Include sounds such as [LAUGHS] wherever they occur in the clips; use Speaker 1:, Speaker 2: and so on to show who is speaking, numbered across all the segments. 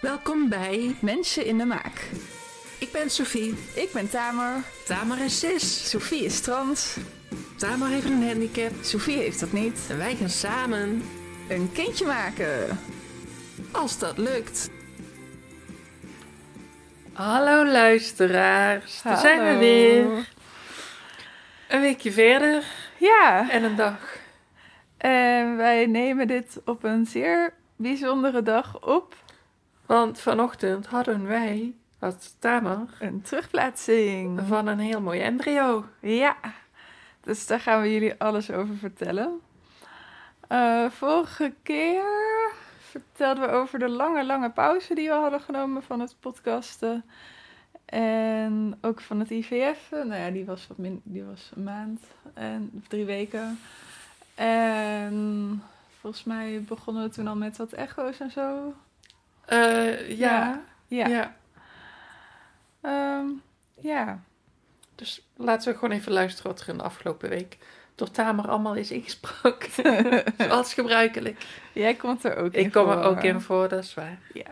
Speaker 1: Welkom bij
Speaker 2: Mensen in de Maak.
Speaker 1: Ik ben Sophie.
Speaker 2: Ik ben Tamer.
Speaker 1: Tamer is cis.
Speaker 2: Sophie is trans.
Speaker 1: Tamer heeft een handicap.
Speaker 2: Sophie heeft dat niet.
Speaker 1: En wij gaan samen,
Speaker 2: Een kindje maken.
Speaker 1: als dat lukt.
Speaker 3: Hallo luisteraars, daar zijn we
Speaker 2: Hallo.
Speaker 3: weer. Een weekje verder
Speaker 2: Ja,
Speaker 3: en een dag.
Speaker 2: en wij nemen dit op een zeer bijzondere dag op.
Speaker 3: Want vanochtend hadden wij, als Tamer,
Speaker 2: Een terugplaatsing.
Speaker 3: van een heel mooi embryo.
Speaker 2: Ja, dus daar gaan we jullie alles over vertellen. Eh, vorige keer vertelden we over de lange, lange pauze die we hadden genomen van het podcasten. En ook van het IVF. Nou ja, die was, wat min die was een maand en of drie weken. En volgens mij begonnen we toen al met wat echo's en zo.
Speaker 3: Eh, ja,
Speaker 2: Ja.
Speaker 3: ja,
Speaker 2: Ja. Ehm,
Speaker 3: [LAUGHS]
Speaker 2: ja. [LAUGHS]
Speaker 3: Dus laten we gewoon even luisteren wat er in de afgelopen week door Tamer allemaal is [LAUGHS] ingesproken. Zoals gebruikelijk.
Speaker 2: Jij komt er ook in.
Speaker 3: Ik kom er
Speaker 2: voor.
Speaker 3: ook in voor, dat is waar.
Speaker 2: Ja.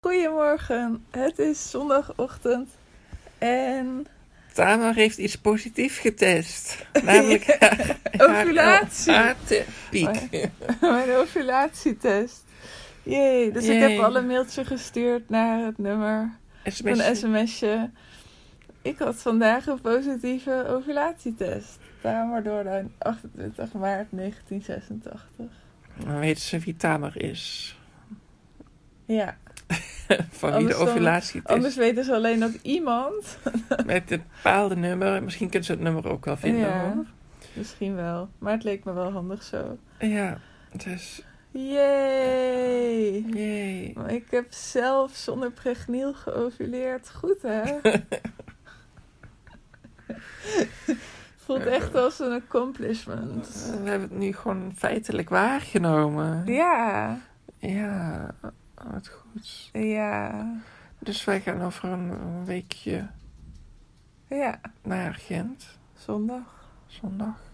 Speaker 2: Goedemorgen, het is zondagochtend en
Speaker 3: Tamer heeft iets positief getest. [LAUGHS]
Speaker 2: Namelijk
Speaker 3: nou,
Speaker 2: ovulatie.
Speaker 3: ah.
Speaker 2: Oh,
Speaker 3: Piek.
Speaker 2: [LAUGHS] Mijn ovulatietest. Jee, dus ik
Speaker 3: Jee.
Speaker 2: heb al een mailtje gestuurd naar het nummer, een sms'je. Ik had vandaag een positieve ovulatietest. Tamer Doorduin, 28 maart 1986.
Speaker 3: Dan weten Nou, ze wie Tamer is. [LAUGHS]
Speaker 2: Ja,
Speaker 3: Van wie de
Speaker 2: Anders dan-
Speaker 3: ovulatietest
Speaker 2: anders weten ze alleen dat iemand
Speaker 3: met het bepaalde nummer. Misschien kunnen ze het nummer ook wel vinden
Speaker 2: Ja,
Speaker 3: hoor.
Speaker 2: misschien wel. Maar het leek me wel handig zo.
Speaker 3: Ja, dus
Speaker 2: Yay!
Speaker 3: jee.
Speaker 2: Maar Ik heb zelf zonder pregniel geovuleerd. Goed [LAUGHS] hè? Voelt echt als een accomplishment.
Speaker 3: We hebben het nu gewoon feitelijk waargenomen.
Speaker 2: Ja,
Speaker 3: Ja, wat goed.
Speaker 2: ja,
Speaker 3: Dus wij gaan over een weekje
Speaker 2: ja.
Speaker 3: naar Gent,
Speaker 2: Zondag.
Speaker 3: zondag.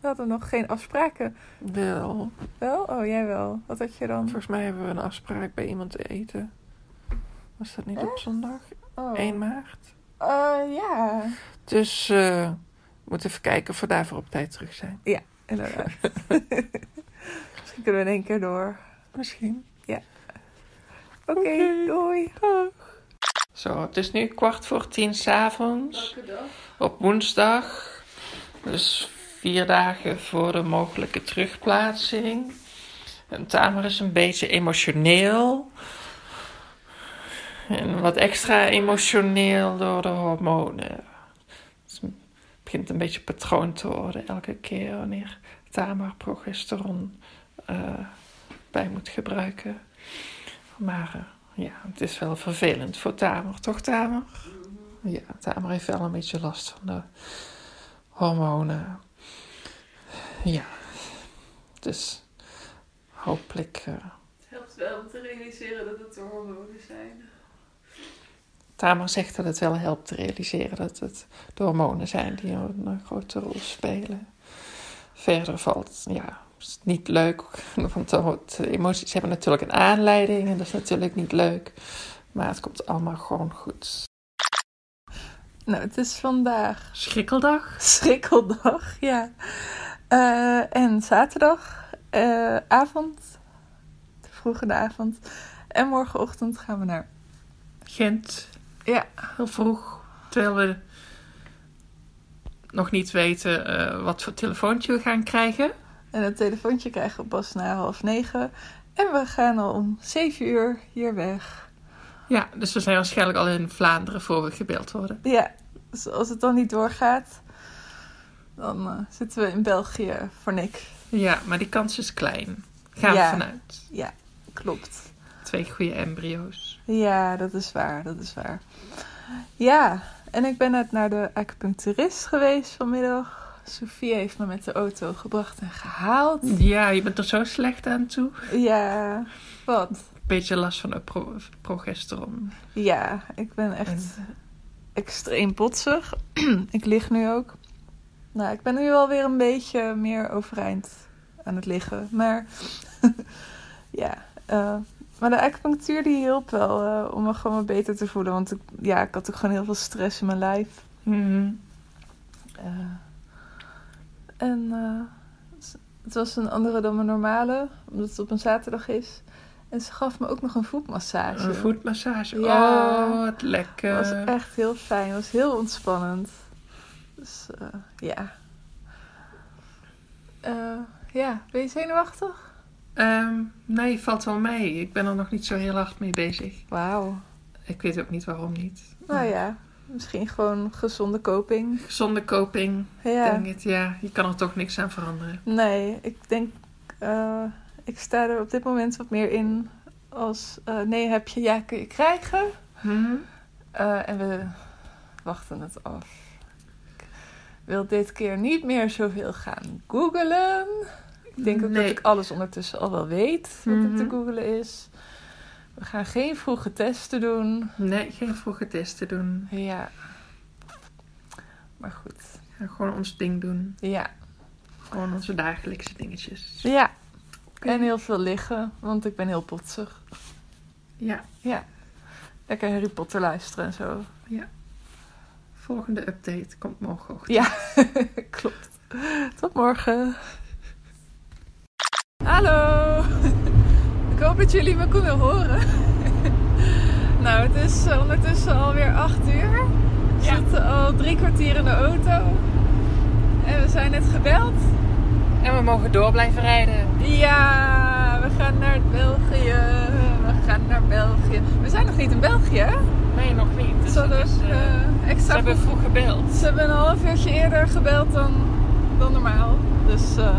Speaker 2: We hadden nog geen afspraken.
Speaker 3: Wel,
Speaker 2: Wel? Oh, jij wel. Wat had je dan?
Speaker 3: volgens mij hebben we een afspraak bij iemand te eten. Was dat niet op zondag?
Speaker 2: Oh,
Speaker 3: 1 maart.
Speaker 2: Eh, ja.
Speaker 3: Dus eh, we moeten even kijken of we daarvoor op tijd terug zijn.
Speaker 2: Inderdaad.
Speaker 3: [LAUGHS]
Speaker 2: misschien kunnen we in één keer door.
Speaker 3: Misschien.
Speaker 2: Oké,
Speaker 3: Oké.
Speaker 2: doei.
Speaker 3: Zo, het is nu kwart voor tien s'avonds. Op woensdag. Dus vier dagen voor de mogelijke terugplaatsing. En Tamer is een beetje emotioneel. En wat extra emotioneel door de hormonen. Dus het begint een beetje patroon te worden elke keer wanneer Tamer progesteron eh, bij moet gebruiken. Maar eh, ja, het is wel vervelend voor Tamer, toch Tamer? Ja, Tamer heeft wel een beetje last van de hormonen. Ja, dus hopelijk... eh,
Speaker 2: Het helpt wel om te realiseren dat het de hormonen zijn.
Speaker 3: Tamer zegt dat het wel helpt te realiseren dat het de hormonen zijn die een eh, grote rol spelen. Verder valt, ja, is niet leuk, [LAUGHS] want dan wordt- de emoties hebben natuurlijk een aanleiding en dat is natuurlijk niet leuk. Maar het komt allemaal gewoon goed.
Speaker 2: Nou, het is vandaag
Speaker 3: Schrikkeldag?
Speaker 2: schrikkeldag, ja. Eh, en zaterdag, eh, avond, vroeg in de avond. En morgenochtend gaan we naar.
Speaker 3: Gent.
Speaker 2: Ja.
Speaker 3: Heel vroeg. Terwijl we nog niet weten eh, wat voor telefoontje we gaan krijgen.
Speaker 2: En het telefoontje krijgen we pas na half negen. En we gaan al om zeven uur hier weg.
Speaker 3: Ja, dus we zijn waarschijnlijk al in Vlaanderen voor we gebeld worden.
Speaker 2: Ja, dus als het dan niet doorgaat, dan eh, zitten we in België voor niks.
Speaker 3: Ja, maar die kans is klein. Gaan
Speaker 2: Ja.
Speaker 3: we vanuit.
Speaker 2: Klopt.
Speaker 3: Twee goede embryo's.
Speaker 2: Ja, dat is waar, dat is waar. Ja, en ik ben net naar de acupuncturist geweest vanmiddag. Sophie heeft me met de auto gebracht en gehaald.
Speaker 3: Ja, je bent er zo slecht aan toe.
Speaker 2: Ja, wat?
Speaker 3: Beetje last van de pro- progesteron.
Speaker 2: Ja, ik ben echt extreem [CLEARS THROAT] botsig. ik lig nu ook. Nou, ik ben nu alweer een beetje meer overeind aan het liggen. Maar [LAUGHS] ja, eh, maar de acupunctuur die hielp wel eh, om me gewoon wat beter te voelen. Want ik, ja, ik had ook gewoon heel veel stress in mijn lijf.
Speaker 3: Mhm.
Speaker 2: Eh, en eh, s- het was een andere dan mijn normale, omdat het op een zaterdag is. En ze gaf me ook nog een voetmassage.
Speaker 3: Een voetmassage.
Speaker 2: Ja.
Speaker 3: Oh, wat lekker.
Speaker 2: Dat was echt heel fijn. Het was heel ontspannend. Dus eh, ja. Eh, ja, ben je zenuwachtig?
Speaker 3: Ehm, nee, valt wel mee. Ik ben er nog niet zo heel hard mee bezig.
Speaker 2: Wauw.
Speaker 3: Ik weet ook niet waarom niet.
Speaker 2: Nou ja, misschien gewoon gezonde coping.
Speaker 3: Gezonde coping,
Speaker 2: Ja.
Speaker 3: denk ik. Ja, je kan er toch niks aan veranderen.
Speaker 2: Nee, ik denk... eh, ik sta er op dit moment wat meer in als... eh, nee, heb je, ja, kun je krijgen.
Speaker 3: Mhm.
Speaker 2: Eh, en we wachten het af. Ik wil dit keer niet meer zoveel gaan googelen. Ik denk ook
Speaker 3: Nee.
Speaker 2: dat ik alles ondertussen al wel weet wat er
Speaker 3: Mhm.
Speaker 2: te googelen is. We gaan geen vroege testen doen.
Speaker 3: Nee, geen vroege testen doen.
Speaker 2: Ja. Maar goed.
Speaker 3: We gaan gewoon ons ding doen.
Speaker 2: Ja.
Speaker 3: Gewoon onze dagelijkse dingetjes.
Speaker 2: Ja. En heel veel liggen, want ik ben heel potsig.
Speaker 3: Ja,
Speaker 2: Lekker Harry Potter luisteren en zo.
Speaker 3: volgende update komt morgenochtend.
Speaker 2: Ja, [LAUGHS] klopt. Tot morgen. Hallo. Ik hoop dat jullie me kunnen horen. [LAUGHS] Nou, het is eh, ondertussen alweer 8 uur. We
Speaker 3: Ja.
Speaker 2: zitten al drie kwartier in de auto. En we zijn net gebeld.
Speaker 3: En we mogen door blijven rijden.
Speaker 2: Ja, we gaan naar België. We gaan naar België. We zijn nog niet in België, hè?
Speaker 3: Nee, nog niet.
Speaker 2: Ze hadden ook, eh, extra vroeg
Speaker 3: vroeg gebeld.
Speaker 2: Ze hebben een half uurtje eerder gebeld dan, dan normaal. Dus eh,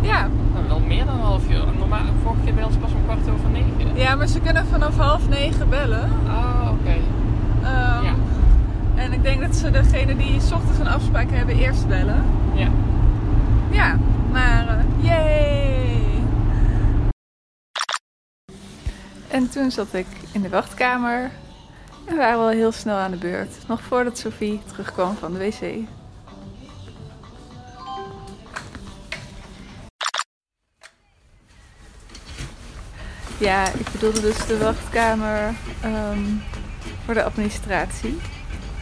Speaker 2: ja.
Speaker 3: wel meer dan een half uur. Normaal, vorige keer belden ze pas om kwart over negen.
Speaker 2: ja, maar ze kunnen vanaf half negen bellen.
Speaker 3: Ah, oké.
Speaker 2: Ehm,
Speaker 3: Ja.
Speaker 2: En ik denk dat ze degene die 's ochtends een afspraak hebben eerst bellen.
Speaker 3: Ja.
Speaker 2: Ja, maar eh yay! En toen zat ik in de wachtkamer en waren we al heel snel aan de beurt. Nog voordat Sophie terugkwam van de wc. Ja, ik bedoelde dus de wachtkamer ehm, voor de administratie.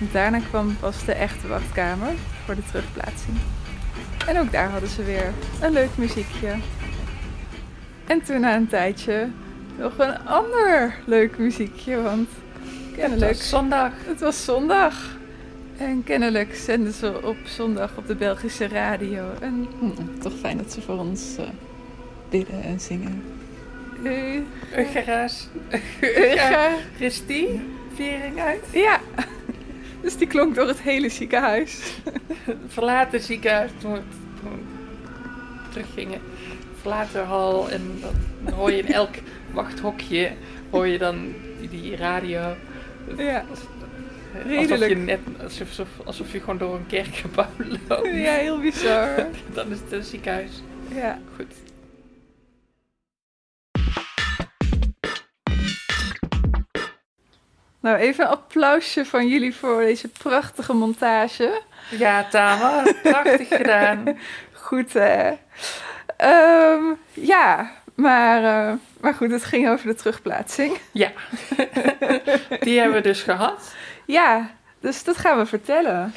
Speaker 2: En Daarna kwam pas de echte wachtkamer voor de terugplaatsing. En ook daar hadden ze weer een leuk muziekje. En toen na een tijdje nog een ander leuk muziekje, want kennelijk...
Speaker 3: zondag.
Speaker 2: Het was zondag. En kennelijk zenden ze op zondag op de Belgische radio. En Hm, toch fijn dat ze voor ons eh, bidden en zingen. Eh,
Speaker 3: Ugeraas. Christie. Viering uit.
Speaker 2: Ja. [LAUGHS] Dus die klonk door het hele
Speaker 3: [LAUGHS]
Speaker 2: ziekenhuis.
Speaker 3: verlaten ziekenhuis toen we toen we teruggingen. Verlaten hal en dan hoor [LAUGHS] je in elk wachthokje hoor je dan die, die radio.
Speaker 2: Ja.
Speaker 3: Alsof je,
Speaker 2: Redelijk.
Speaker 3: net, alsof, alsof, alsof je gewoon door een kerkgebouw [LAUGHS] loopt.
Speaker 2: Ja, heel bizar.
Speaker 3: Dan is het een ziekenhuis.
Speaker 2: Ja.
Speaker 3: Goed.
Speaker 2: Nou, even een applausje van jullie voor deze prachtige montage.
Speaker 3: Ja, Tamer, prachtig gedaan.
Speaker 2: Goed, hè? Ehm, ja, maar, eh, maar goed, het ging over de terugplaatsing.
Speaker 3: Ja, die hebben we dus gehad.
Speaker 2: Ja, dus dat gaan we vertellen.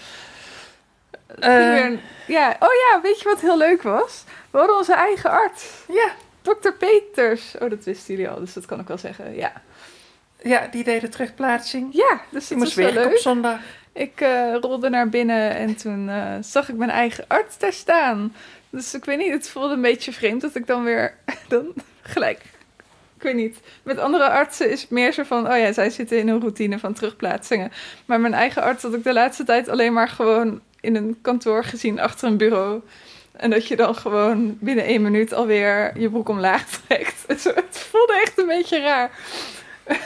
Speaker 2: Het ging
Speaker 3: Eh.
Speaker 2: weer een- ja. Oh ja, weet je wat heel leuk was? We hadden onze eigen arts,
Speaker 3: Ja,
Speaker 2: dokter Peters. Oh, dat wisten jullie al, dus dat kan ik wel zeggen. Ja,
Speaker 3: ja die deed de terugplaatsing.
Speaker 2: ja dus
Speaker 3: Die
Speaker 2: dat was
Speaker 3: moest
Speaker 2: wel
Speaker 3: weer op
Speaker 2: leuk.
Speaker 3: zondag.
Speaker 2: Ik eh, rolde naar binnen en toen eh, zag ik mijn eigen arts daar staan. Dus ik weet niet, het voelde een beetje vreemd dat ik dan weer [LAUGHS] dan gelijk. Ik weet niet. Met andere artsen is het meer zo van, oh ja, zij zitten in een routine van terugplaatsingen. Maar mijn eigen arts had ik de laatste tijd alleen maar gewoon in een kantoor gezien achter een bureau. En dat je dan gewoon binnen één minuut alweer je broek omlaag trekt. [LAUGHS] Zo, het voelde echt een beetje raar.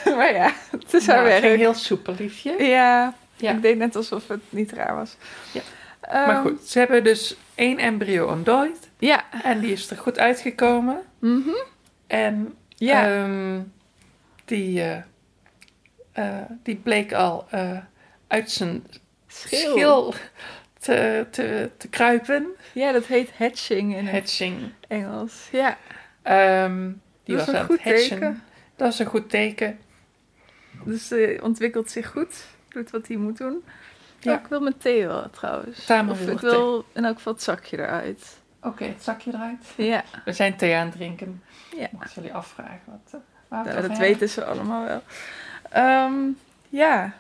Speaker 2: [LAUGHS] maar ja, het [LAUGHS] is haar
Speaker 3: Nou, het
Speaker 2: werk.
Speaker 3: ging heel soepel, liefje.
Speaker 2: Ja,
Speaker 3: Ja.
Speaker 2: ik deed net alsof het niet raar was.
Speaker 3: Ja.
Speaker 2: Ehm,
Speaker 3: Maar goed, ze hebben dus één embryo ontdooid.
Speaker 2: Ja,
Speaker 3: En die is er goed uitgekomen.
Speaker 2: mhm,
Speaker 3: En
Speaker 2: ja.
Speaker 3: ehm, die, eh, eh, die bleek al eh, uit zijn schil,
Speaker 2: schil.
Speaker 3: te te, te, te kruipen.
Speaker 2: Ja, dat heet hatching in het
Speaker 3: Hatching.
Speaker 2: Engels. Ja,
Speaker 3: Ehm,
Speaker 2: Dat is
Speaker 3: die was
Speaker 2: een
Speaker 3: aan
Speaker 2: goed
Speaker 3: het hatchen.
Speaker 2: teken.
Speaker 3: Dat is een goed teken.
Speaker 2: dus ze ontwikkelt zich goed. Doet wat hij moet doen.
Speaker 3: Ja.
Speaker 2: Ja. ik wil mijn thee wel, trouwens.
Speaker 3: Samen
Speaker 2: of
Speaker 3: wil
Speaker 2: ik
Speaker 3: thee.
Speaker 2: wil in elk geval het zakje eruit.
Speaker 3: Oké, het zakje eruit.
Speaker 2: Ja,
Speaker 3: We zijn thee aan het drinken.
Speaker 2: Ja.
Speaker 3: Mochten jullie afvragen wat... eh, waar we
Speaker 2: nou,
Speaker 3: het over
Speaker 2: dat
Speaker 3: hebben.
Speaker 2: weten ze allemaal wel. Ehm, ja,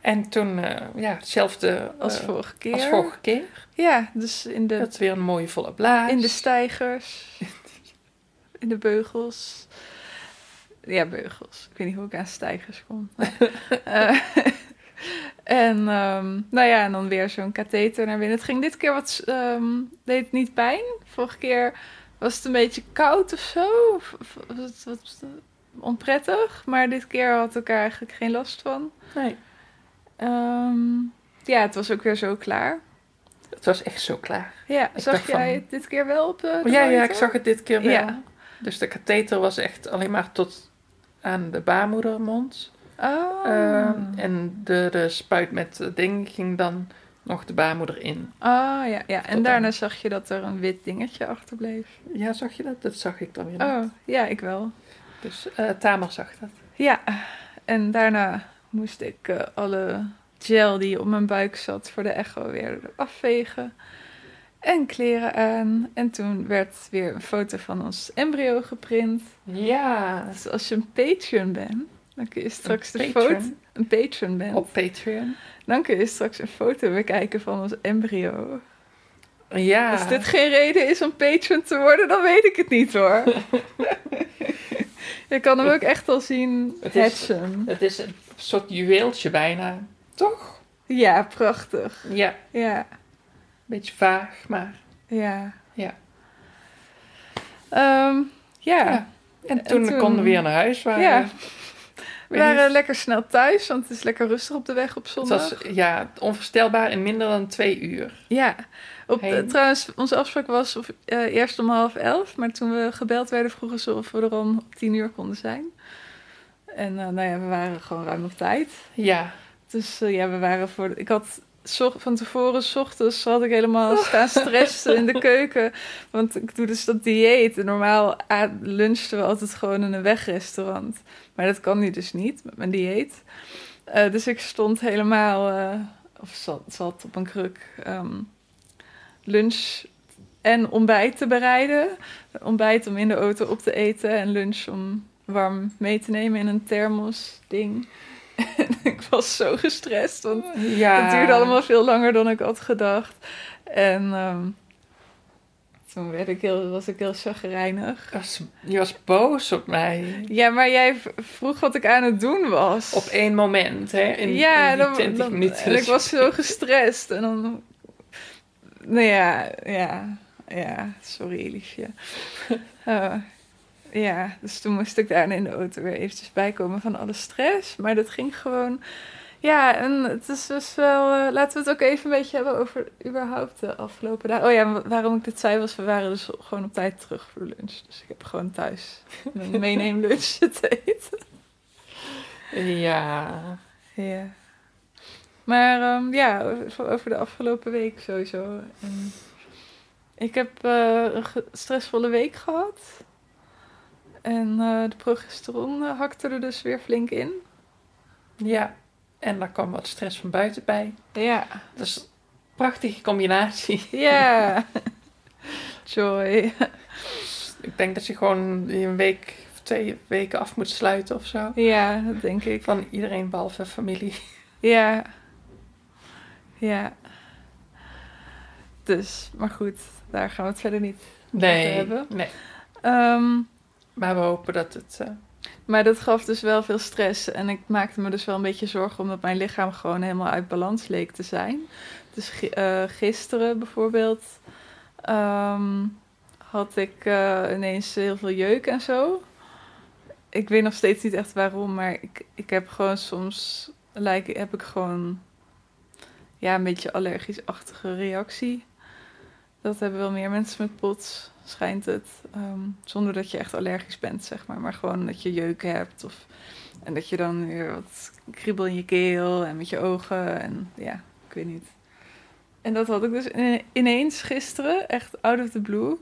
Speaker 3: En toen, eh, ja, hetzelfde
Speaker 2: als
Speaker 3: eh,
Speaker 2: vorige keer.
Speaker 3: als vorige keer.
Speaker 2: Ja, dus in de,
Speaker 3: Dat weer een mooie volle blaas.
Speaker 2: in de stijgers. In de beugels. Ja, beugels. Ik weet niet hoe ik aan stijgers
Speaker 3: [LAUGHS]
Speaker 2: kom. Eh, en ehm, nou ja, en dan weer zo'n katheter naar binnen. Het ging dit keer wat, ehm, deed het niet pijn. Vorige keer was het een beetje koud of zo. Of- of was het wat onprettig. Maar dit keer had ik er eigenlijk geen last van.
Speaker 3: Nee,
Speaker 2: Ehm, ja, het was ook weer zo klaar.
Speaker 3: het was echt zo klaar.
Speaker 2: Ja,
Speaker 3: Ik
Speaker 2: zag
Speaker 3: dacht van-
Speaker 2: jij het dit keer wel op eh, de, de
Speaker 3: ja, ja,
Speaker 2: monitor?
Speaker 3: ik zag het dit keer wel.
Speaker 2: Ja.
Speaker 3: Dus de katheter was echt alleen maar tot aan de baarmoedermond.
Speaker 2: Oh.
Speaker 3: Ehm, en de, de spuit met het ding ging dan nog de baarmoeder in.
Speaker 2: oh, ja, ja. En
Speaker 3: Tot
Speaker 2: daarna
Speaker 3: aan.
Speaker 2: zag je dat er een wit dingetje achterbleef.
Speaker 3: Ja, zag je dat? Dat zag ik dan weer.
Speaker 2: Oh, ja, ik wel.
Speaker 3: Dus eh Tamer zag dat.
Speaker 2: Ja, en daarna moest ik eh, alle gel die op mijn buik zat voor de echo weer afvegen. En kleren aan. En toen werd weer een foto van ons embryo geprint.
Speaker 3: Ja,
Speaker 2: Dus als je een patron bent, dan kun je straks de
Speaker 3: patron?
Speaker 2: foto... Een patron bent.
Speaker 3: op Patreon.
Speaker 2: Dan kun je straks een foto bekijken van ons embryo.
Speaker 3: Ja,
Speaker 2: Als dit geen reden is om patron te worden, dan weet ik het niet hoor. [LAUGHS] je kan hem ook echt al zien
Speaker 3: Het is-
Speaker 2: hatchen.
Speaker 3: het is een soort juweeltje bijna. Toch?
Speaker 2: Ja, prachtig.
Speaker 3: Ja, een
Speaker 2: Ja,
Speaker 3: beetje vaag, maar...
Speaker 2: ja.
Speaker 3: Ja.
Speaker 2: Ehm, ja.
Speaker 3: Ja. En
Speaker 2: En
Speaker 3: toen,
Speaker 2: toen-
Speaker 3: konden we weer naar huis. Waar
Speaker 2: Ja. we
Speaker 3: weet
Speaker 2: waren
Speaker 3: niet.
Speaker 2: lekker snel thuis, want het is lekker rustig op de weg op
Speaker 3: het
Speaker 2: zondag.
Speaker 3: was ja, onvoorstelbaar in minder dan twee uur.
Speaker 2: Ja, op,
Speaker 3: Heen.
Speaker 2: eh, trouwens, onze afspraak was of, eh, eerst om half elf, maar toen we gebeld werden vroegen ze of we er om tien uur konden zijn. En eh, nou ja, we waren gewoon ruim op tijd.
Speaker 3: Ja,
Speaker 2: Dus eh, ja, we waren voor. Ik had zo- van tevoren, 's ochtends, had ik helemaal staan stressen in de keuken. Want ik doe dus dat dieet. En normaal a- lunchten we altijd gewoon in een wegrestaurant. Maar dat kan nu dus niet met mijn dieet. Eh, dus ik stond helemaal, eh, of zat, zat op een kruk, ehm, lunch en ontbijt te bereiden. Ontbijt om in de auto op te eten en lunch om warm mee te nemen in een thermos ding. En ik was zo gestrest, want
Speaker 3: ja.
Speaker 2: het duurde allemaal veel langer dan ik had gedacht. En ehm, toen werd ik heel, was ik heel chagrijnig.
Speaker 3: Je was- Je was boos op mij.
Speaker 2: Ja, maar jij v- vroeg wat ik aan het doen was.
Speaker 3: Op één moment, hè? In,
Speaker 2: ja,
Speaker 3: in die 20 minuten.
Speaker 2: en ik was zo gestrest. En dan... Nou ja, ja, ja. Sorry,
Speaker 3: [LAUGHS]
Speaker 2: liefje. Eh, ja, dus toen moest ik daarna in de auto weer eventjes bijkomen van alle stress. Maar dat ging gewoon... Ja, en het is dus wel... eh, laten we het ook even een beetje hebben over überhaupt de afgelopen dagen. Oh ja, wa- waarom ik dit zei was, we waren dus gewoon op tijd terug voor de lunch. Dus ik heb gewoon thuis
Speaker 3: [LAUGHS]
Speaker 2: mijn meeneemlunch zitten eten.
Speaker 3: Ja.
Speaker 2: Ja. Maar ehm, ja, over- over de afgelopen week sowieso. En ik heb eh, een ge- stressvolle week gehad. En eh, de progesteron eh, hakte er dus weer flink in.
Speaker 3: Ja. En daar kwam wat stress van buiten bij.
Speaker 2: Ja.
Speaker 3: Dat is een prachtige combinatie.
Speaker 2: Ja. [LAUGHS] Joy.
Speaker 3: Ik denk dat je gewoon een week of twee weken af moet sluiten of zo.
Speaker 2: Ja, dat denk ik.
Speaker 3: Van iedereen behalve familie.
Speaker 2: Ja. Ja. Dus, maar goed, daar gaan we het verder niet.
Speaker 3: Nee,
Speaker 2: hebben.
Speaker 3: nee.
Speaker 2: Ehm,
Speaker 3: Maar we hopen dat het... eh,
Speaker 2: Maar dat gaf dus wel veel stress. En ik maakte me dus wel een beetje zorgen omdat mijn lichaam gewoon helemaal uit balans leek te zijn. Dus gi- eh, gisteren bijvoorbeeld ehm, had ik eh, ineens heel veel jeuk en zo. Ik weet nog steeds niet echt waarom, maar ik, ik heb gewoon soms lijk, heb ik gewoon ja, een beetje allergisch-achtige reactie. Dat hebben wel meer mensen met POTS, schijnt het. Ehm, zonder dat je echt allergisch bent, zeg maar. Maar gewoon dat je jeuk hebt. Of, en dat je dan weer wat kriebel in je keel en met je ogen. En ja, ik weet niet. En dat had ik dus ine- ineens gisteren, echt out of the blue.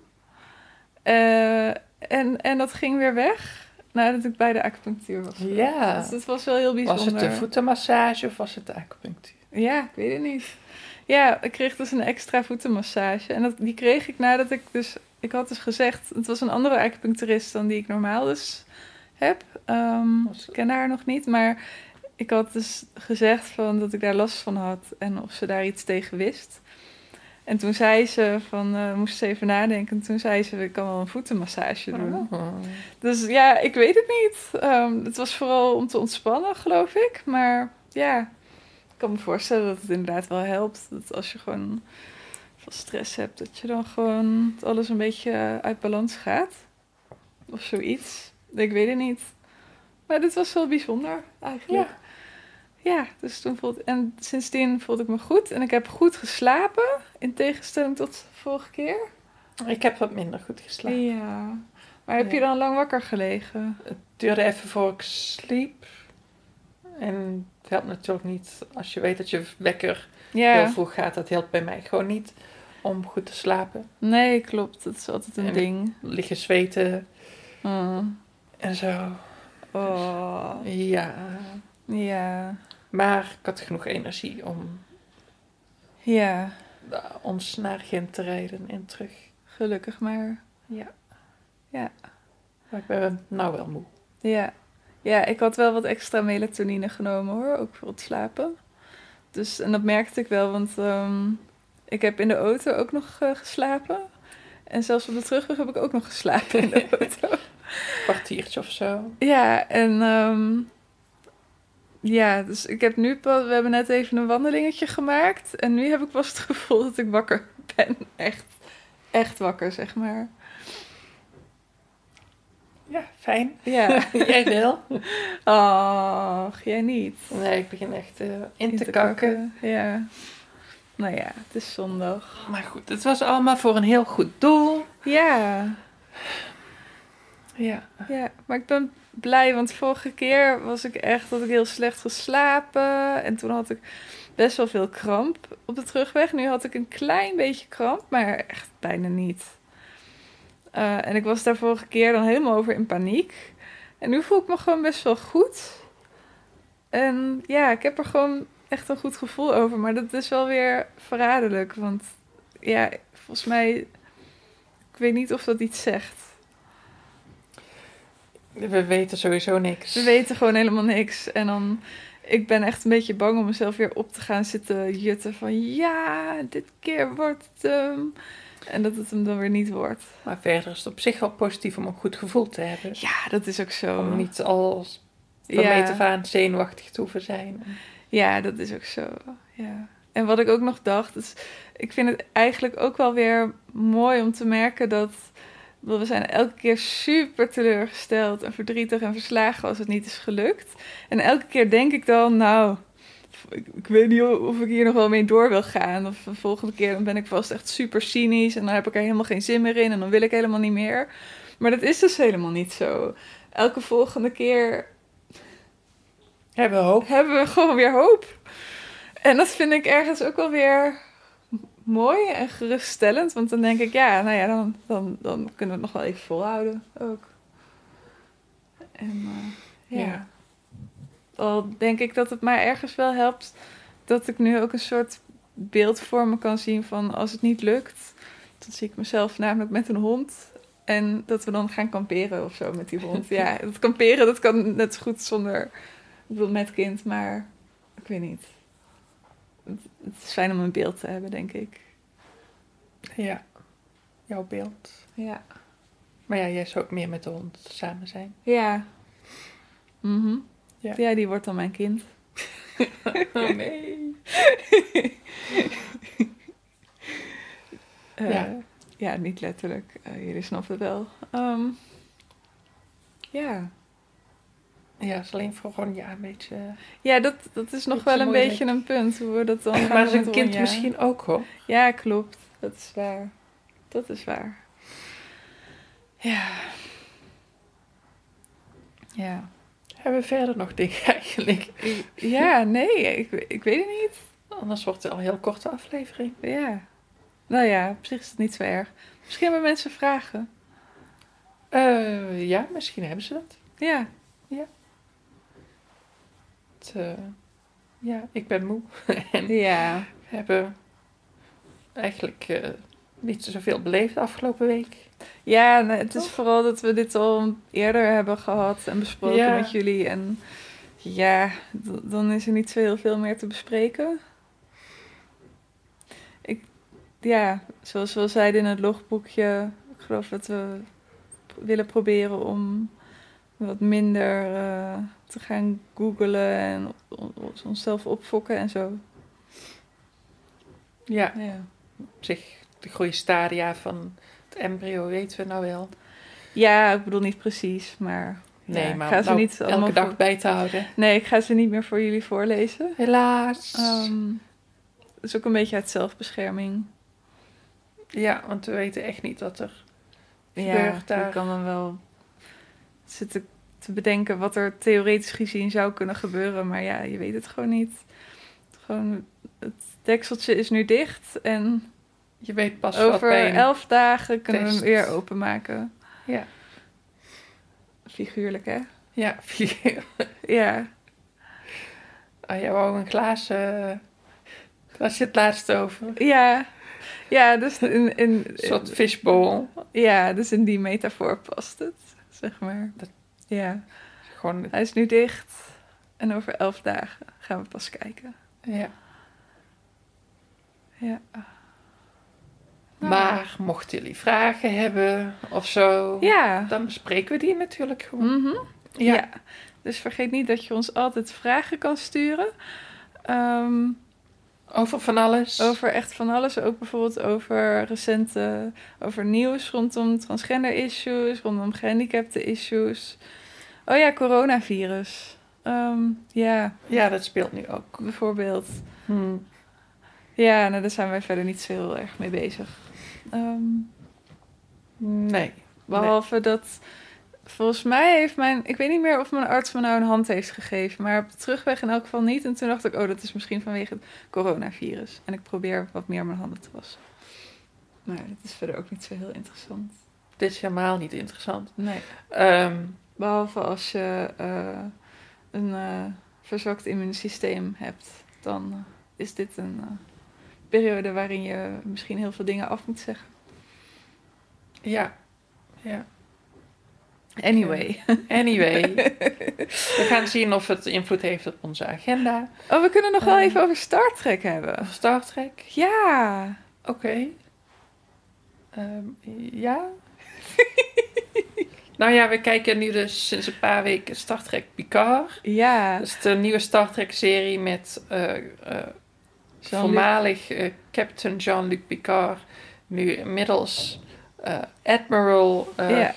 Speaker 2: Eh, en, en dat ging weer weg nadat ik bij de acupunctuur was. geweest.
Speaker 3: Ja.
Speaker 2: Dus dat was wel heel
Speaker 3: Was
Speaker 2: bijzonder.
Speaker 3: het de voetenmassage of was het de acupunctuur?
Speaker 2: Ja, ik weet het niet. Ja, ik kreeg dus een extra voetenmassage. En dat, die kreeg ik nadat ik dus... Ik had dus gezegd... Het was een andere acupuncturist dan die ik normaal dus heb. Ehm,
Speaker 3: Was-
Speaker 2: ik ken haar nog niet, maar... Ik had dus gezegd van dat ik daar last van had en of ze daar iets tegen wist. En toen zei ze van, eh, moest ze even nadenken. En toen zei ze, ik kan wel een voetenmassage doen.
Speaker 3: Oh.
Speaker 2: Dus ja, ik weet het niet. Ehm, het was vooral om te ontspannen, geloof ik. Maar ja, ik kan me voorstellen dat het inderdaad wel helpt. Dat als je gewoon veel stress hebt, dat je dan gewoon dat alles een beetje uit balans gaat. Of zoiets. Ik weet het niet. Maar dit was wel bijzonder, eigenlijk. Ja. Ja, dus toen voelde, en sindsdien voelde ik me goed. En ik heb goed geslapen, in tegenstelling tot vorige keer.
Speaker 3: Ik heb wat minder goed geslapen.
Speaker 2: Ja. Maar heb je
Speaker 3: Ja.
Speaker 2: dan lang wakker gelegen?
Speaker 3: duurde even voor ik sliep. En het helpt natuurlijk niet als je weet dat je wekker
Speaker 2: Ja.
Speaker 3: heel vroeg gaat. Dat helpt bij mij gewoon niet om goed te slapen.
Speaker 2: Nee, klopt. Dat is altijd een
Speaker 3: En-
Speaker 2: ding.
Speaker 3: Liggen zweten
Speaker 2: Oh.
Speaker 3: en zo.
Speaker 2: Oh.
Speaker 3: Ja.
Speaker 2: Ja.
Speaker 3: Maar ik had genoeg energie om
Speaker 2: Ja.
Speaker 3: eh, ons naar Gent te rijden en terug.
Speaker 2: Gelukkig maar.
Speaker 3: Maar ik ben nou wel moe.
Speaker 2: Ja. Ja, ik had wel wat extra melatonine genomen hoor. Ook voor het slapen. Dus, en dat merkte ik wel, want ehm, ik heb in de auto ook nog eh, geslapen. En zelfs op de terugweg heb ik ook nog geslapen in de auto.
Speaker 3: Kwartiertje of
Speaker 2: [LAUGHS]
Speaker 3: zo.
Speaker 2: Ja, en ehm, ja, dus ik heb nu pas, we hebben net even een wandelingetje gemaakt en nu heb ik pas het gevoel dat ik wakker ben. Echt, echt wakker, zeg maar.
Speaker 3: Ja, fijn. [LAUGHS]
Speaker 2: Ja.
Speaker 3: Jij wel?
Speaker 2: Och, jij niet.
Speaker 3: Nee, ik begin echt eh, in te kakken.
Speaker 2: Ja. Nou ja, het is zondag.
Speaker 3: Maar goed, het was allemaal voor een heel goed doel.
Speaker 2: Ja,
Speaker 3: Ja.
Speaker 2: ja, maar ik ben blij, want vorige keer was ik echt dat ik heel slecht geslapen en toen had ik best wel veel kramp op de terugweg. Nu had ik een klein beetje kramp, maar echt bijna niet. Eh, en ik was daar vorige keer dan helemaal over in paniek. En nu voel ik me gewoon best wel goed. En ja, ik heb er gewoon echt een goed gevoel over. Maar dat is wel weer verraderlijk. Want ja, volgens mij. Ik weet niet of dat iets zegt.
Speaker 3: We weten sowieso niks.
Speaker 2: We weten gewoon helemaal niks. En dan, ik ben echt een beetje bang om mezelf weer op te gaan zitten jutten van ja, dit keer wordt het hem. En dat het hem dan weer niet wordt.
Speaker 3: Maar verder is het op zich wel positief om een goed gevoel te hebben.
Speaker 2: Ja, dat is ook zo.
Speaker 3: Om niet al van meet af
Speaker 2: ja,
Speaker 3: aan zenuwachtig te hoeven zijn.
Speaker 2: ja, dat is ook zo. Ja. En wat ik ook nog dacht, is, ik vind het eigenlijk ook wel weer mooi om te merken dat ik bedoel, we zijn elke keer super teleurgesteld en verdrietig en verslagen als het niet is gelukt. En elke keer denk ik dan, nou, ik, ik weet niet of of ik hier nog wel mee door wil gaan. Of de volgende keer dan ben ik vast echt super cynisch en dan heb ik er helemaal geen zin meer in en dan wil ik helemaal niet meer. Maar dat is dus helemaal niet zo. Elke volgende keer
Speaker 3: Hebben we hoop.
Speaker 2: hebben we gewoon weer hoop. En dat vind ik ergens ook wel weer mooi en geruststellend. Want dan denk ik, ja, nou ja, dan, dan, dan kunnen we het nog wel even volhouden ook. En eh, ja.
Speaker 3: Ja.
Speaker 2: Al denk ik dat het mij ergens wel helpt dat ik nu ook een soort beeld voor me kan zien van als het niet lukt, dan zie ik mezelf namelijk met een hond. En dat we dan gaan kamperen of zo met die hond. [LAUGHS] Ja, dat kamperen dat kan net zo goed zonder ik bedoel, met kind, maar ik weet niet. Het, het is fijn om een beeld te hebben, denk ik.
Speaker 3: Ja. Jouw beeld.
Speaker 2: Ja.
Speaker 3: Maar ja, jij zou ook meer met de hond samen zijn.
Speaker 2: Ja. Mhm.
Speaker 3: Ja.
Speaker 2: ja. die wordt dan mijn kind.
Speaker 3: [LAUGHS] Oh nee.
Speaker 2: Eh,
Speaker 3: Ja.
Speaker 2: ja, niet letterlijk. Eh, jullie snappen het wel. Ehm, ja.
Speaker 3: Ja, is alleen voor Ronja een beetje...
Speaker 2: Ja, dat, dat is nog
Speaker 3: Beetje
Speaker 2: wel een
Speaker 3: moeilijk.
Speaker 2: beetje een punt hoe we dat dan gaan
Speaker 3: Maar
Speaker 2: doen
Speaker 3: zijn
Speaker 2: met
Speaker 3: kind
Speaker 2: Ronja.
Speaker 3: misschien ook hoor.
Speaker 2: Ja, klopt. Dat is waar. Dat is waar. Ja. Ja.
Speaker 3: Hebben we verder nog dingen [LAUGHS] eigenlijk?
Speaker 2: Ja, nee, ik, ik weet het niet.
Speaker 3: Anders wordt het al een heel korte aflevering.
Speaker 2: Ja. Nou ja, op zich is het niet zo erg. Misschien hebben mensen vragen.
Speaker 3: Eh, ja, misschien hebben ze dat.
Speaker 2: Ja.
Speaker 3: Het, eh, ja, ik ben moe. en
Speaker 2: Ja.
Speaker 3: we hebben eigenlijk eh, niet zoveel beleefd de afgelopen week.
Speaker 2: Ja, en het is
Speaker 3: Toch?
Speaker 2: vooral dat we dit al eerder hebben gehad en besproken
Speaker 3: Ja.
Speaker 2: met jullie. En ja, d- dan is er niet zo heel veel meer te bespreken. Ik, ja, zoals we al zeiden in het logboekje, ik geloof dat we p- willen proberen om wat minder eh, te gaan googlen en on- on- onszelf opfokken en zo.
Speaker 3: Ja,
Speaker 2: Ja.
Speaker 3: op zich, de groeistadia van het embryo weten we nou wel.
Speaker 2: Ja, ik bedoel niet precies, maar.
Speaker 3: Nee,
Speaker 2: ja, ik
Speaker 3: maar
Speaker 2: ga
Speaker 3: om
Speaker 2: ze
Speaker 3: nou
Speaker 2: niet allemaal
Speaker 3: elke dag
Speaker 2: voor-
Speaker 3: bij te houden.
Speaker 2: Nee, ik ga ze niet meer voor jullie voorlezen.
Speaker 3: Helaas.
Speaker 2: Ehm, dat is ook een beetje uit zelfbescherming.
Speaker 3: Ja, want we weten echt niet wat er
Speaker 2: Ja,
Speaker 3: gebeurt daar.
Speaker 2: ik kan dan wel zitten te bedenken wat er theoretisch gezien zou kunnen gebeuren. Maar ja, je weet het gewoon niet. Gewoon, het dekseltje is nu dicht en
Speaker 3: Je weet pas wat
Speaker 2: over
Speaker 3: bij een-
Speaker 2: elf dagen kunnen we
Speaker 3: test.
Speaker 2: hem weer openmaken.
Speaker 3: Ja.
Speaker 2: Figuurlijk, hè?
Speaker 3: Ja, [LAUGHS] vier.
Speaker 2: Ja.
Speaker 3: Oh, jij wou een glaas... eh daar zit het laatste over.
Speaker 2: Ja. Ja, dus in, in,
Speaker 3: Een [LAUGHS] soort fishbowl.
Speaker 2: Ja, dus in die metafoor past het, zeg maar.
Speaker 3: Dat-
Speaker 2: Ja,
Speaker 3: Gewoon,
Speaker 2: hij is nu dicht en over elf dagen gaan we pas kijken.
Speaker 3: ja.
Speaker 2: Ja.
Speaker 3: Maar mochten jullie vragen hebben of zo...
Speaker 2: Ja.
Speaker 3: Dan bespreken we die natuurlijk gewoon.
Speaker 2: Mhm.
Speaker 3: Ja.
Speaker 2: ja. Dus vergeet niet dat je ons altijd vragen kan sturen. Ehm,
Speaker 3: Over van alles.
Speaker 2: over echt van alles. Ook bijvoorbeeld over recente, over nieuws rondom transgender issues, rondom gehandicapte issues. Oh ja, coronavirus. Ehm, ja,
Speaker 3: Ja, dat speelt nu ook.
Speaker 2: bijvoorbeeld.
Speaker 3: Hm.
Speaker 2: Hmm. Ja, nou, daar zijn wij verder niet zo heel erg mee bezig. Ehm,
Speaker 3: Nee.
Speaker 2: behalve dat, volgens mij heeft mijn, ik weet niet meer of mijn arts me nou een hand heeft gegeven, maar op de terugweg in elk geval niet. En toen dacht ik, oh, dat is misschien vanwege het coronavirus. En ik probeer wat meer mijn handen te wassen. Maar dat is verder ook niet zo heel interessant.
Speaker 3: Dit is helemaal niet interessant.
Speaker 2: Nee.
Speaker 3: Ehm,
Speaker 2: Behalve als je eh, een eh, verzwakt immuunsysteem hebt, dan eh, is dit een eh, periode waarin je misschien heel veel dingen af moet zeggen.
Speaker 3: ja. Ja.
Speaker 2: [LAUGHS] Anyway.
Speaker 3: Anyway. we gaan zien of het invloed heeft op onze agenda.
Speaker 2: Oh, we kunnen nog wel
Speaker 3: Ehm.
Speaker 2: even over Star Trek hebben.
Speaker 3: Of Star Trek.
Speaker 2: Ja.
Speaker 3: Oké. Ehm, ja. [LAUGHS] nou ja, we kijken nu dus sinds een paar weken Star Trek Picard.
Speaker 2: Ja.
Speaker 3: Dat is de nieuwe Star Trek-serie met eh, eh, voormalig eh, Captain Jean-Luc Picard. Nu inmiddels eh, Admiral, eh,
Speaker 2: ja.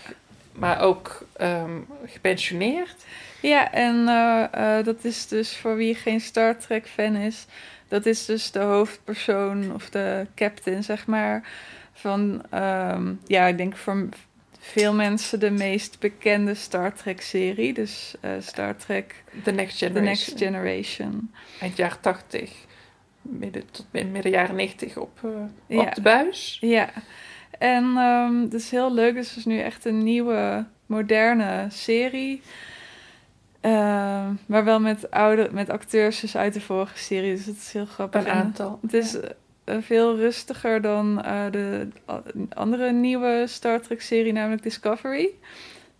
Speaker 3: maar ook ehm, gepensioneerd.
Speaker 2: ja, en eh, eh, dat is dus voor wie geen Star Trek fan is. Dat is dus de hoofdpersoon of de captain, zeg maar. Van, ehm, ja, ik denk voor m- veel mensen de meest bekende Star Trek serie. Dus eh, Star Trek
Speaker 3: The Next
Speaker 2: The
Speaker 3: Generation.
Speaker 2: Next Generation.
Speaker 3: Eind jaren 80, midden tot midden jaren 90 op, eh,
Speaker 2: Ja.
Speaker 3: op de buis.
Speaker 2: Ja, en ehm dat is heel leuk. Dus het is nu echt een nieuwe, moderne serie. Ehm, maar wel met, oude, met acteurs dus uit de vorige serie. Dus het is heel grappig.
Speaker 3: Een
Speaker 2: En
Speaker 3: aantal.
Speaker 2: Het is eh, veel rustiger dan eh, de a- andere nieuwe Star Trek-serie, namelijk Discovery.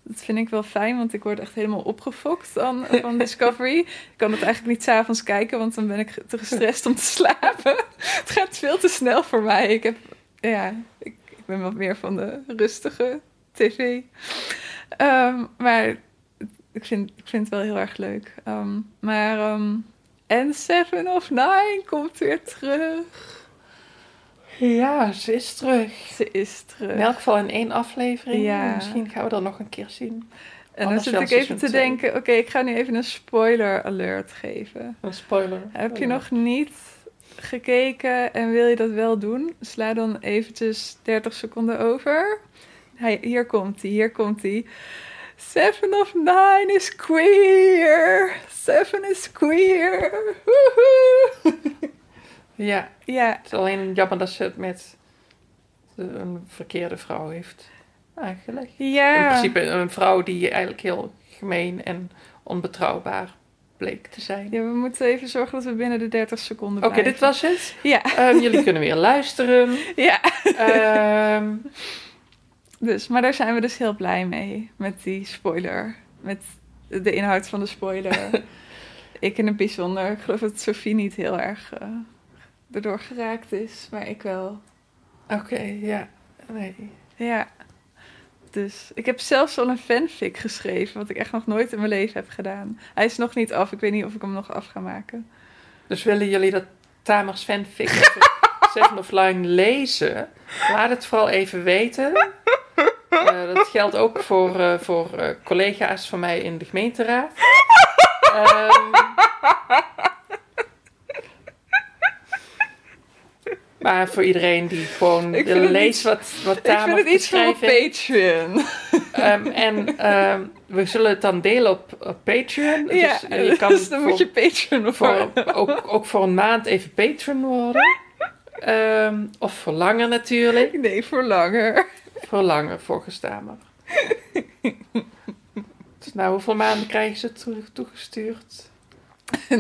Speaker 2: Dat vind ik wel fijn, want ik word echt helemaal opgefokt van, van Discovery. Ik kan het eigenlijk niet s'avonds kijken, want dan ben ik te gestrest om te slapen. [LAUGHS] Het gaat veel te snel voor mij. Ik, heb, ja, ik, ik ben wat meer van de rustige tv. Ehm, maar ik vind, ik vind het wel heel erg leuk. Ehm, maar ehm, en Seven of Nine komt weer terug.
Speaker 3: Ja, ze is terug.
Speaker 2: Ze is terug.
Speaker 3: In elk geval in één aflevering.
Speaker 2: Ja.
Speaker 3: Misschien gaan we dat nog een keer zien.
Speaker 2: en dan
Speaker 3: anders
Speaker 2: zit
Speaker 3: wel
Speaker 2: ik even
Speaker 3: seizoen
Speaker 2: te
Speaker 3: twee.
Speaker 2: denken, oké, ik ga nu even een spoiler alert geven.
Speaker 3: Een spoiler.
Speaker 2: Heb je
Speaker 3: Oh,
Speaker 2: nog niet gekeken en wil je dat wel doen? Sla dan eventjes 30 seconden over. Hij, hier komt hij, hier komt hij. Seven of Nine is queer. Seven is queer. Woehoe.
Speaker 3: Ja,
Speaker 2: Ja,
Speaker 3: het is alleen jammer dat ze het met de- een verkeerde vrouw heeft aangelegd. In
Speaker 2: ja.
Speaker 3: principe een vrouw die eigenlijk heel gemeen en onbetrouwbaar bleek te zijn.
Speaker 2: ja, we moeten even zorgen dat we binnen de 30 seconden
Speaker 3: Oké, dit
Speaker 2: blijven.
Speaker 3: was het.
Speaker 2: Ja,
Speaker 3: Ehm, jullie kunnen weer
Speaker 2: [LAUGHS]
Speaker 3: luisteren.
Speaker 2: ja.
Speaker 3: Ehm,
Speaker 2: Dus, maar daar zijn we dus heel blij mee. Met die spoiler. Met de inhoud van de spoiler. [LAUGHS] ik in het bijzonder. Ik geloof dat Sophie niet heel erg eh, erdoor geraakt is. Maar ik wel.
Speaker 3: Oké, ja. Nee.
Speaker 2: Ja. Dus ik heb zelfs al een fanfic geschreven. Wat ik echt nog nooit in mijn leven heb gedaan. Hij is nog niet af. Ik weet niet of ik hem nog af ga maken.
Speaker 3: Dus willen jullie dat Tamers
Speaker 2: [LAUGHS]
Speaker 3: fanfic over Seven of Line lezen? Laat het vooral even weten. Eh, dat geldt ook voor, eh, voor eh, collega's van mij in de gemeenteraad. Ehm, maar voor iedereen die gewoon
Speaker 2: Ik vind het
Speaker 3: leest
Speaker 2: iets-
Speaker 3: wat, wat
Speaker 2: ik vind
Speaker 3: Tamer
Speaker 2: het iets voor mijn
Speaker 3: beschrijft.
Speaker 2: Patreon.
Speaker 3: [LAUGHS] Ehm, en ehm, we zullen het dan delen op, op Patreon.
Speaker 2: ja,
Speaker 3: dus je kan
Speaker 2: [LAUGHS] dus dan moet
Speaker 3: voor-
Speaker 2: je Patreon
Speaker 3: voor,
Speaker 2: voor.
Speaker 3: ook, ook voor een maand even patron worden. Ehm, of voor langer natuurlijk.
Speaker 2: Nee, voor langer. [LAUGHS]
Speaker 3: Voor langer, volgens Tamer. Dus nou, hoeveel maanden krijgen ze terug toegestuurd?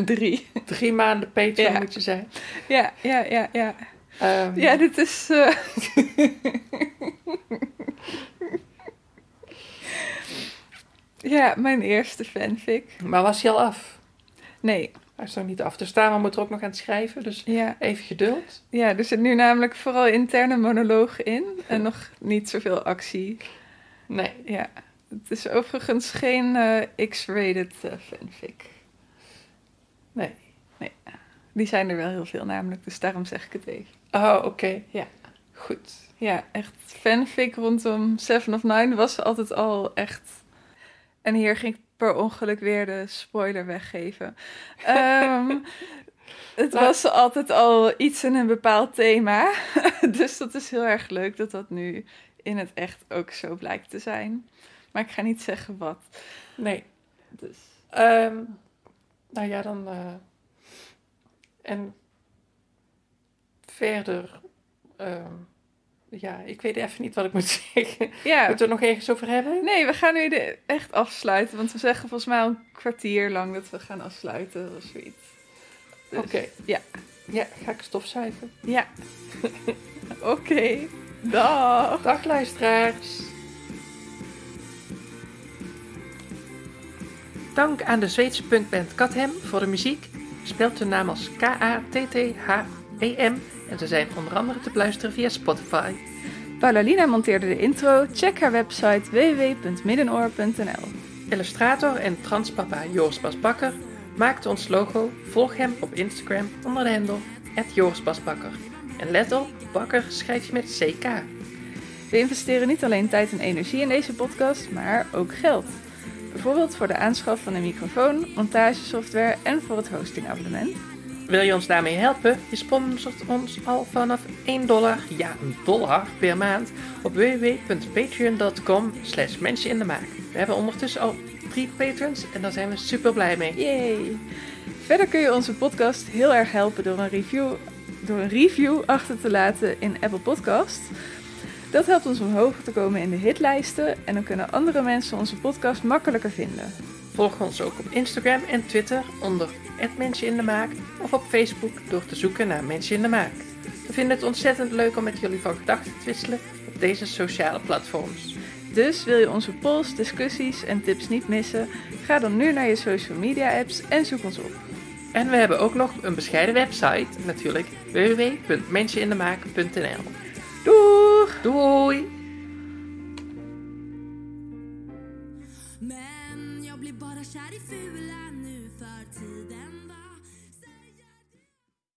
Speaker 2: Drie.
Speaker 3: Drie maanden patron
Speaker 2: Ja.
Speaker 3: moet je zijn.
Speaker 2: Ja, ja, ja, ja.
Speaker 3: Ehm,
Speaker 2: Ja, dit is. eh, [LAUGHS] ja, mijn eerste fanfic.
Speaker 3: Maar was hij al af?
Speaker 2: Nee,
Speaker 3: Hij is nog niet af. Dus Tamer moet er ook nog aan het schrijven. Dus
Speaker 2: ja.
Speaker 3: even geduld.
Speaker 2: ja, er zit nu namelijk vooral interne monoloog in en nog niet zoveel actie.
Speaker 3: Nee.
Speaker 2: Ja, het is overigens geen eh, X-rated eh, fanfic.
Speaker 3: Nee.
Speaker 2: Die zijn er wel heel veel namelijk, dus daarom zeg ik het even.
Speaker 3: Oh, oké.
Speaker 2: Ja.
Speaker 3: Goed.
Speaker 2: Ja, echt fanfic rondom Seven of Nine was altijd al echt. En hier ging ik per ongeluk weer de spoiler weggeven. Ehm, het
Speaker 3: Laat-
Speaker 2: was altijd al iets in een bepaald thema. [LAUGHS] dus dat is heel erg leuk dat dat nu in het echt ook zo blijkt te zijn. Maar ik ga niet zeggen wat.
Speaker 3: Nee.
Speaker 2: Dus
Speaker 3: Ehm, nou ja, dan. eh, en verder. ehm, ja, ik weet even niet wat ik moet [LAUGHS] zeggen.
Speaker 2: ja.
Speaker 3: Moeten we het nog ergens over hebben?
Speaker 2: Nee, we gaan nu de, echt afsluiten. Want we zeggen volgens mij al een kwartier lang dat we gaan afsluiten of zoiets. Dus,
Speaker 3: Oké.
Speaker 2: Ja.
Speaker 3: Ja, ga ik stofzuigen.
Speaker 2: Ja. [LAUGHS] Oké. Dag.
Speaker 3: Dag luisteraars. Dank aan de Zweedse punkband Kathem voor de muziek. Speelt hun naam als K-A-T-T-H-E-M E en ze zijn onder andere te beluisteren via Spotify.
Speaker 2: Paulina monteerde de intro. Check haar website www.middenoor.nl.
Speaker 3: Illustrator en transpapa Joris Bas Bakker maakte ons logo. Volg hem op Instagram onder de hendel Joris Bas Bakker. En let op, Bakker schrijf je met CK.
Speaker 2: We investeren niet alleen tijd en energie in deze podcast, maar ook geld. Bijvoorbeeld voor de aanschaf van een microfoon, montagesoftware en voor het hostingabonnement.
Speaker 3: Wil je ons daarmee helpen? Je sponsort ons al vanaf 1 dollar, ja een dollar per maand op www.patreon.com slash mensen in de maak. We hebben ondertussen al drie patrons en daar zijn we super blij mee.
Speaker 2: Yay! Verder kun je onze podcast heel erg helpen door een review, door een review achter te laten in Apple Podcast. Dat helpt ons om hoger te komen in de hitlijsten en dan kunnen andere mensen onze podcast makkelijker vinden.
Speaker 3: Volg ons ook op Instagram en Twitter onder Mensen in de Maak of op Facebook door te zoeken naar Mensen in de Maak. We vinden het ontzettend leuk om met jullie van gedachten te wisselen op deze sociale platforms.
Speaker 2: Dus wil je onze polls, discussies en tips niet missen? Ga dan nu naar je social media apps en zoek ons op.
Speaker 3: En we hebben ook nog een bescheiden website, natuurlijk www.mensenindemaak.nl.
Speaker 2: Doeg!
Speaker 3: Doei!
Speaker 4: Men jag blir bara kär i fula nu för tiden var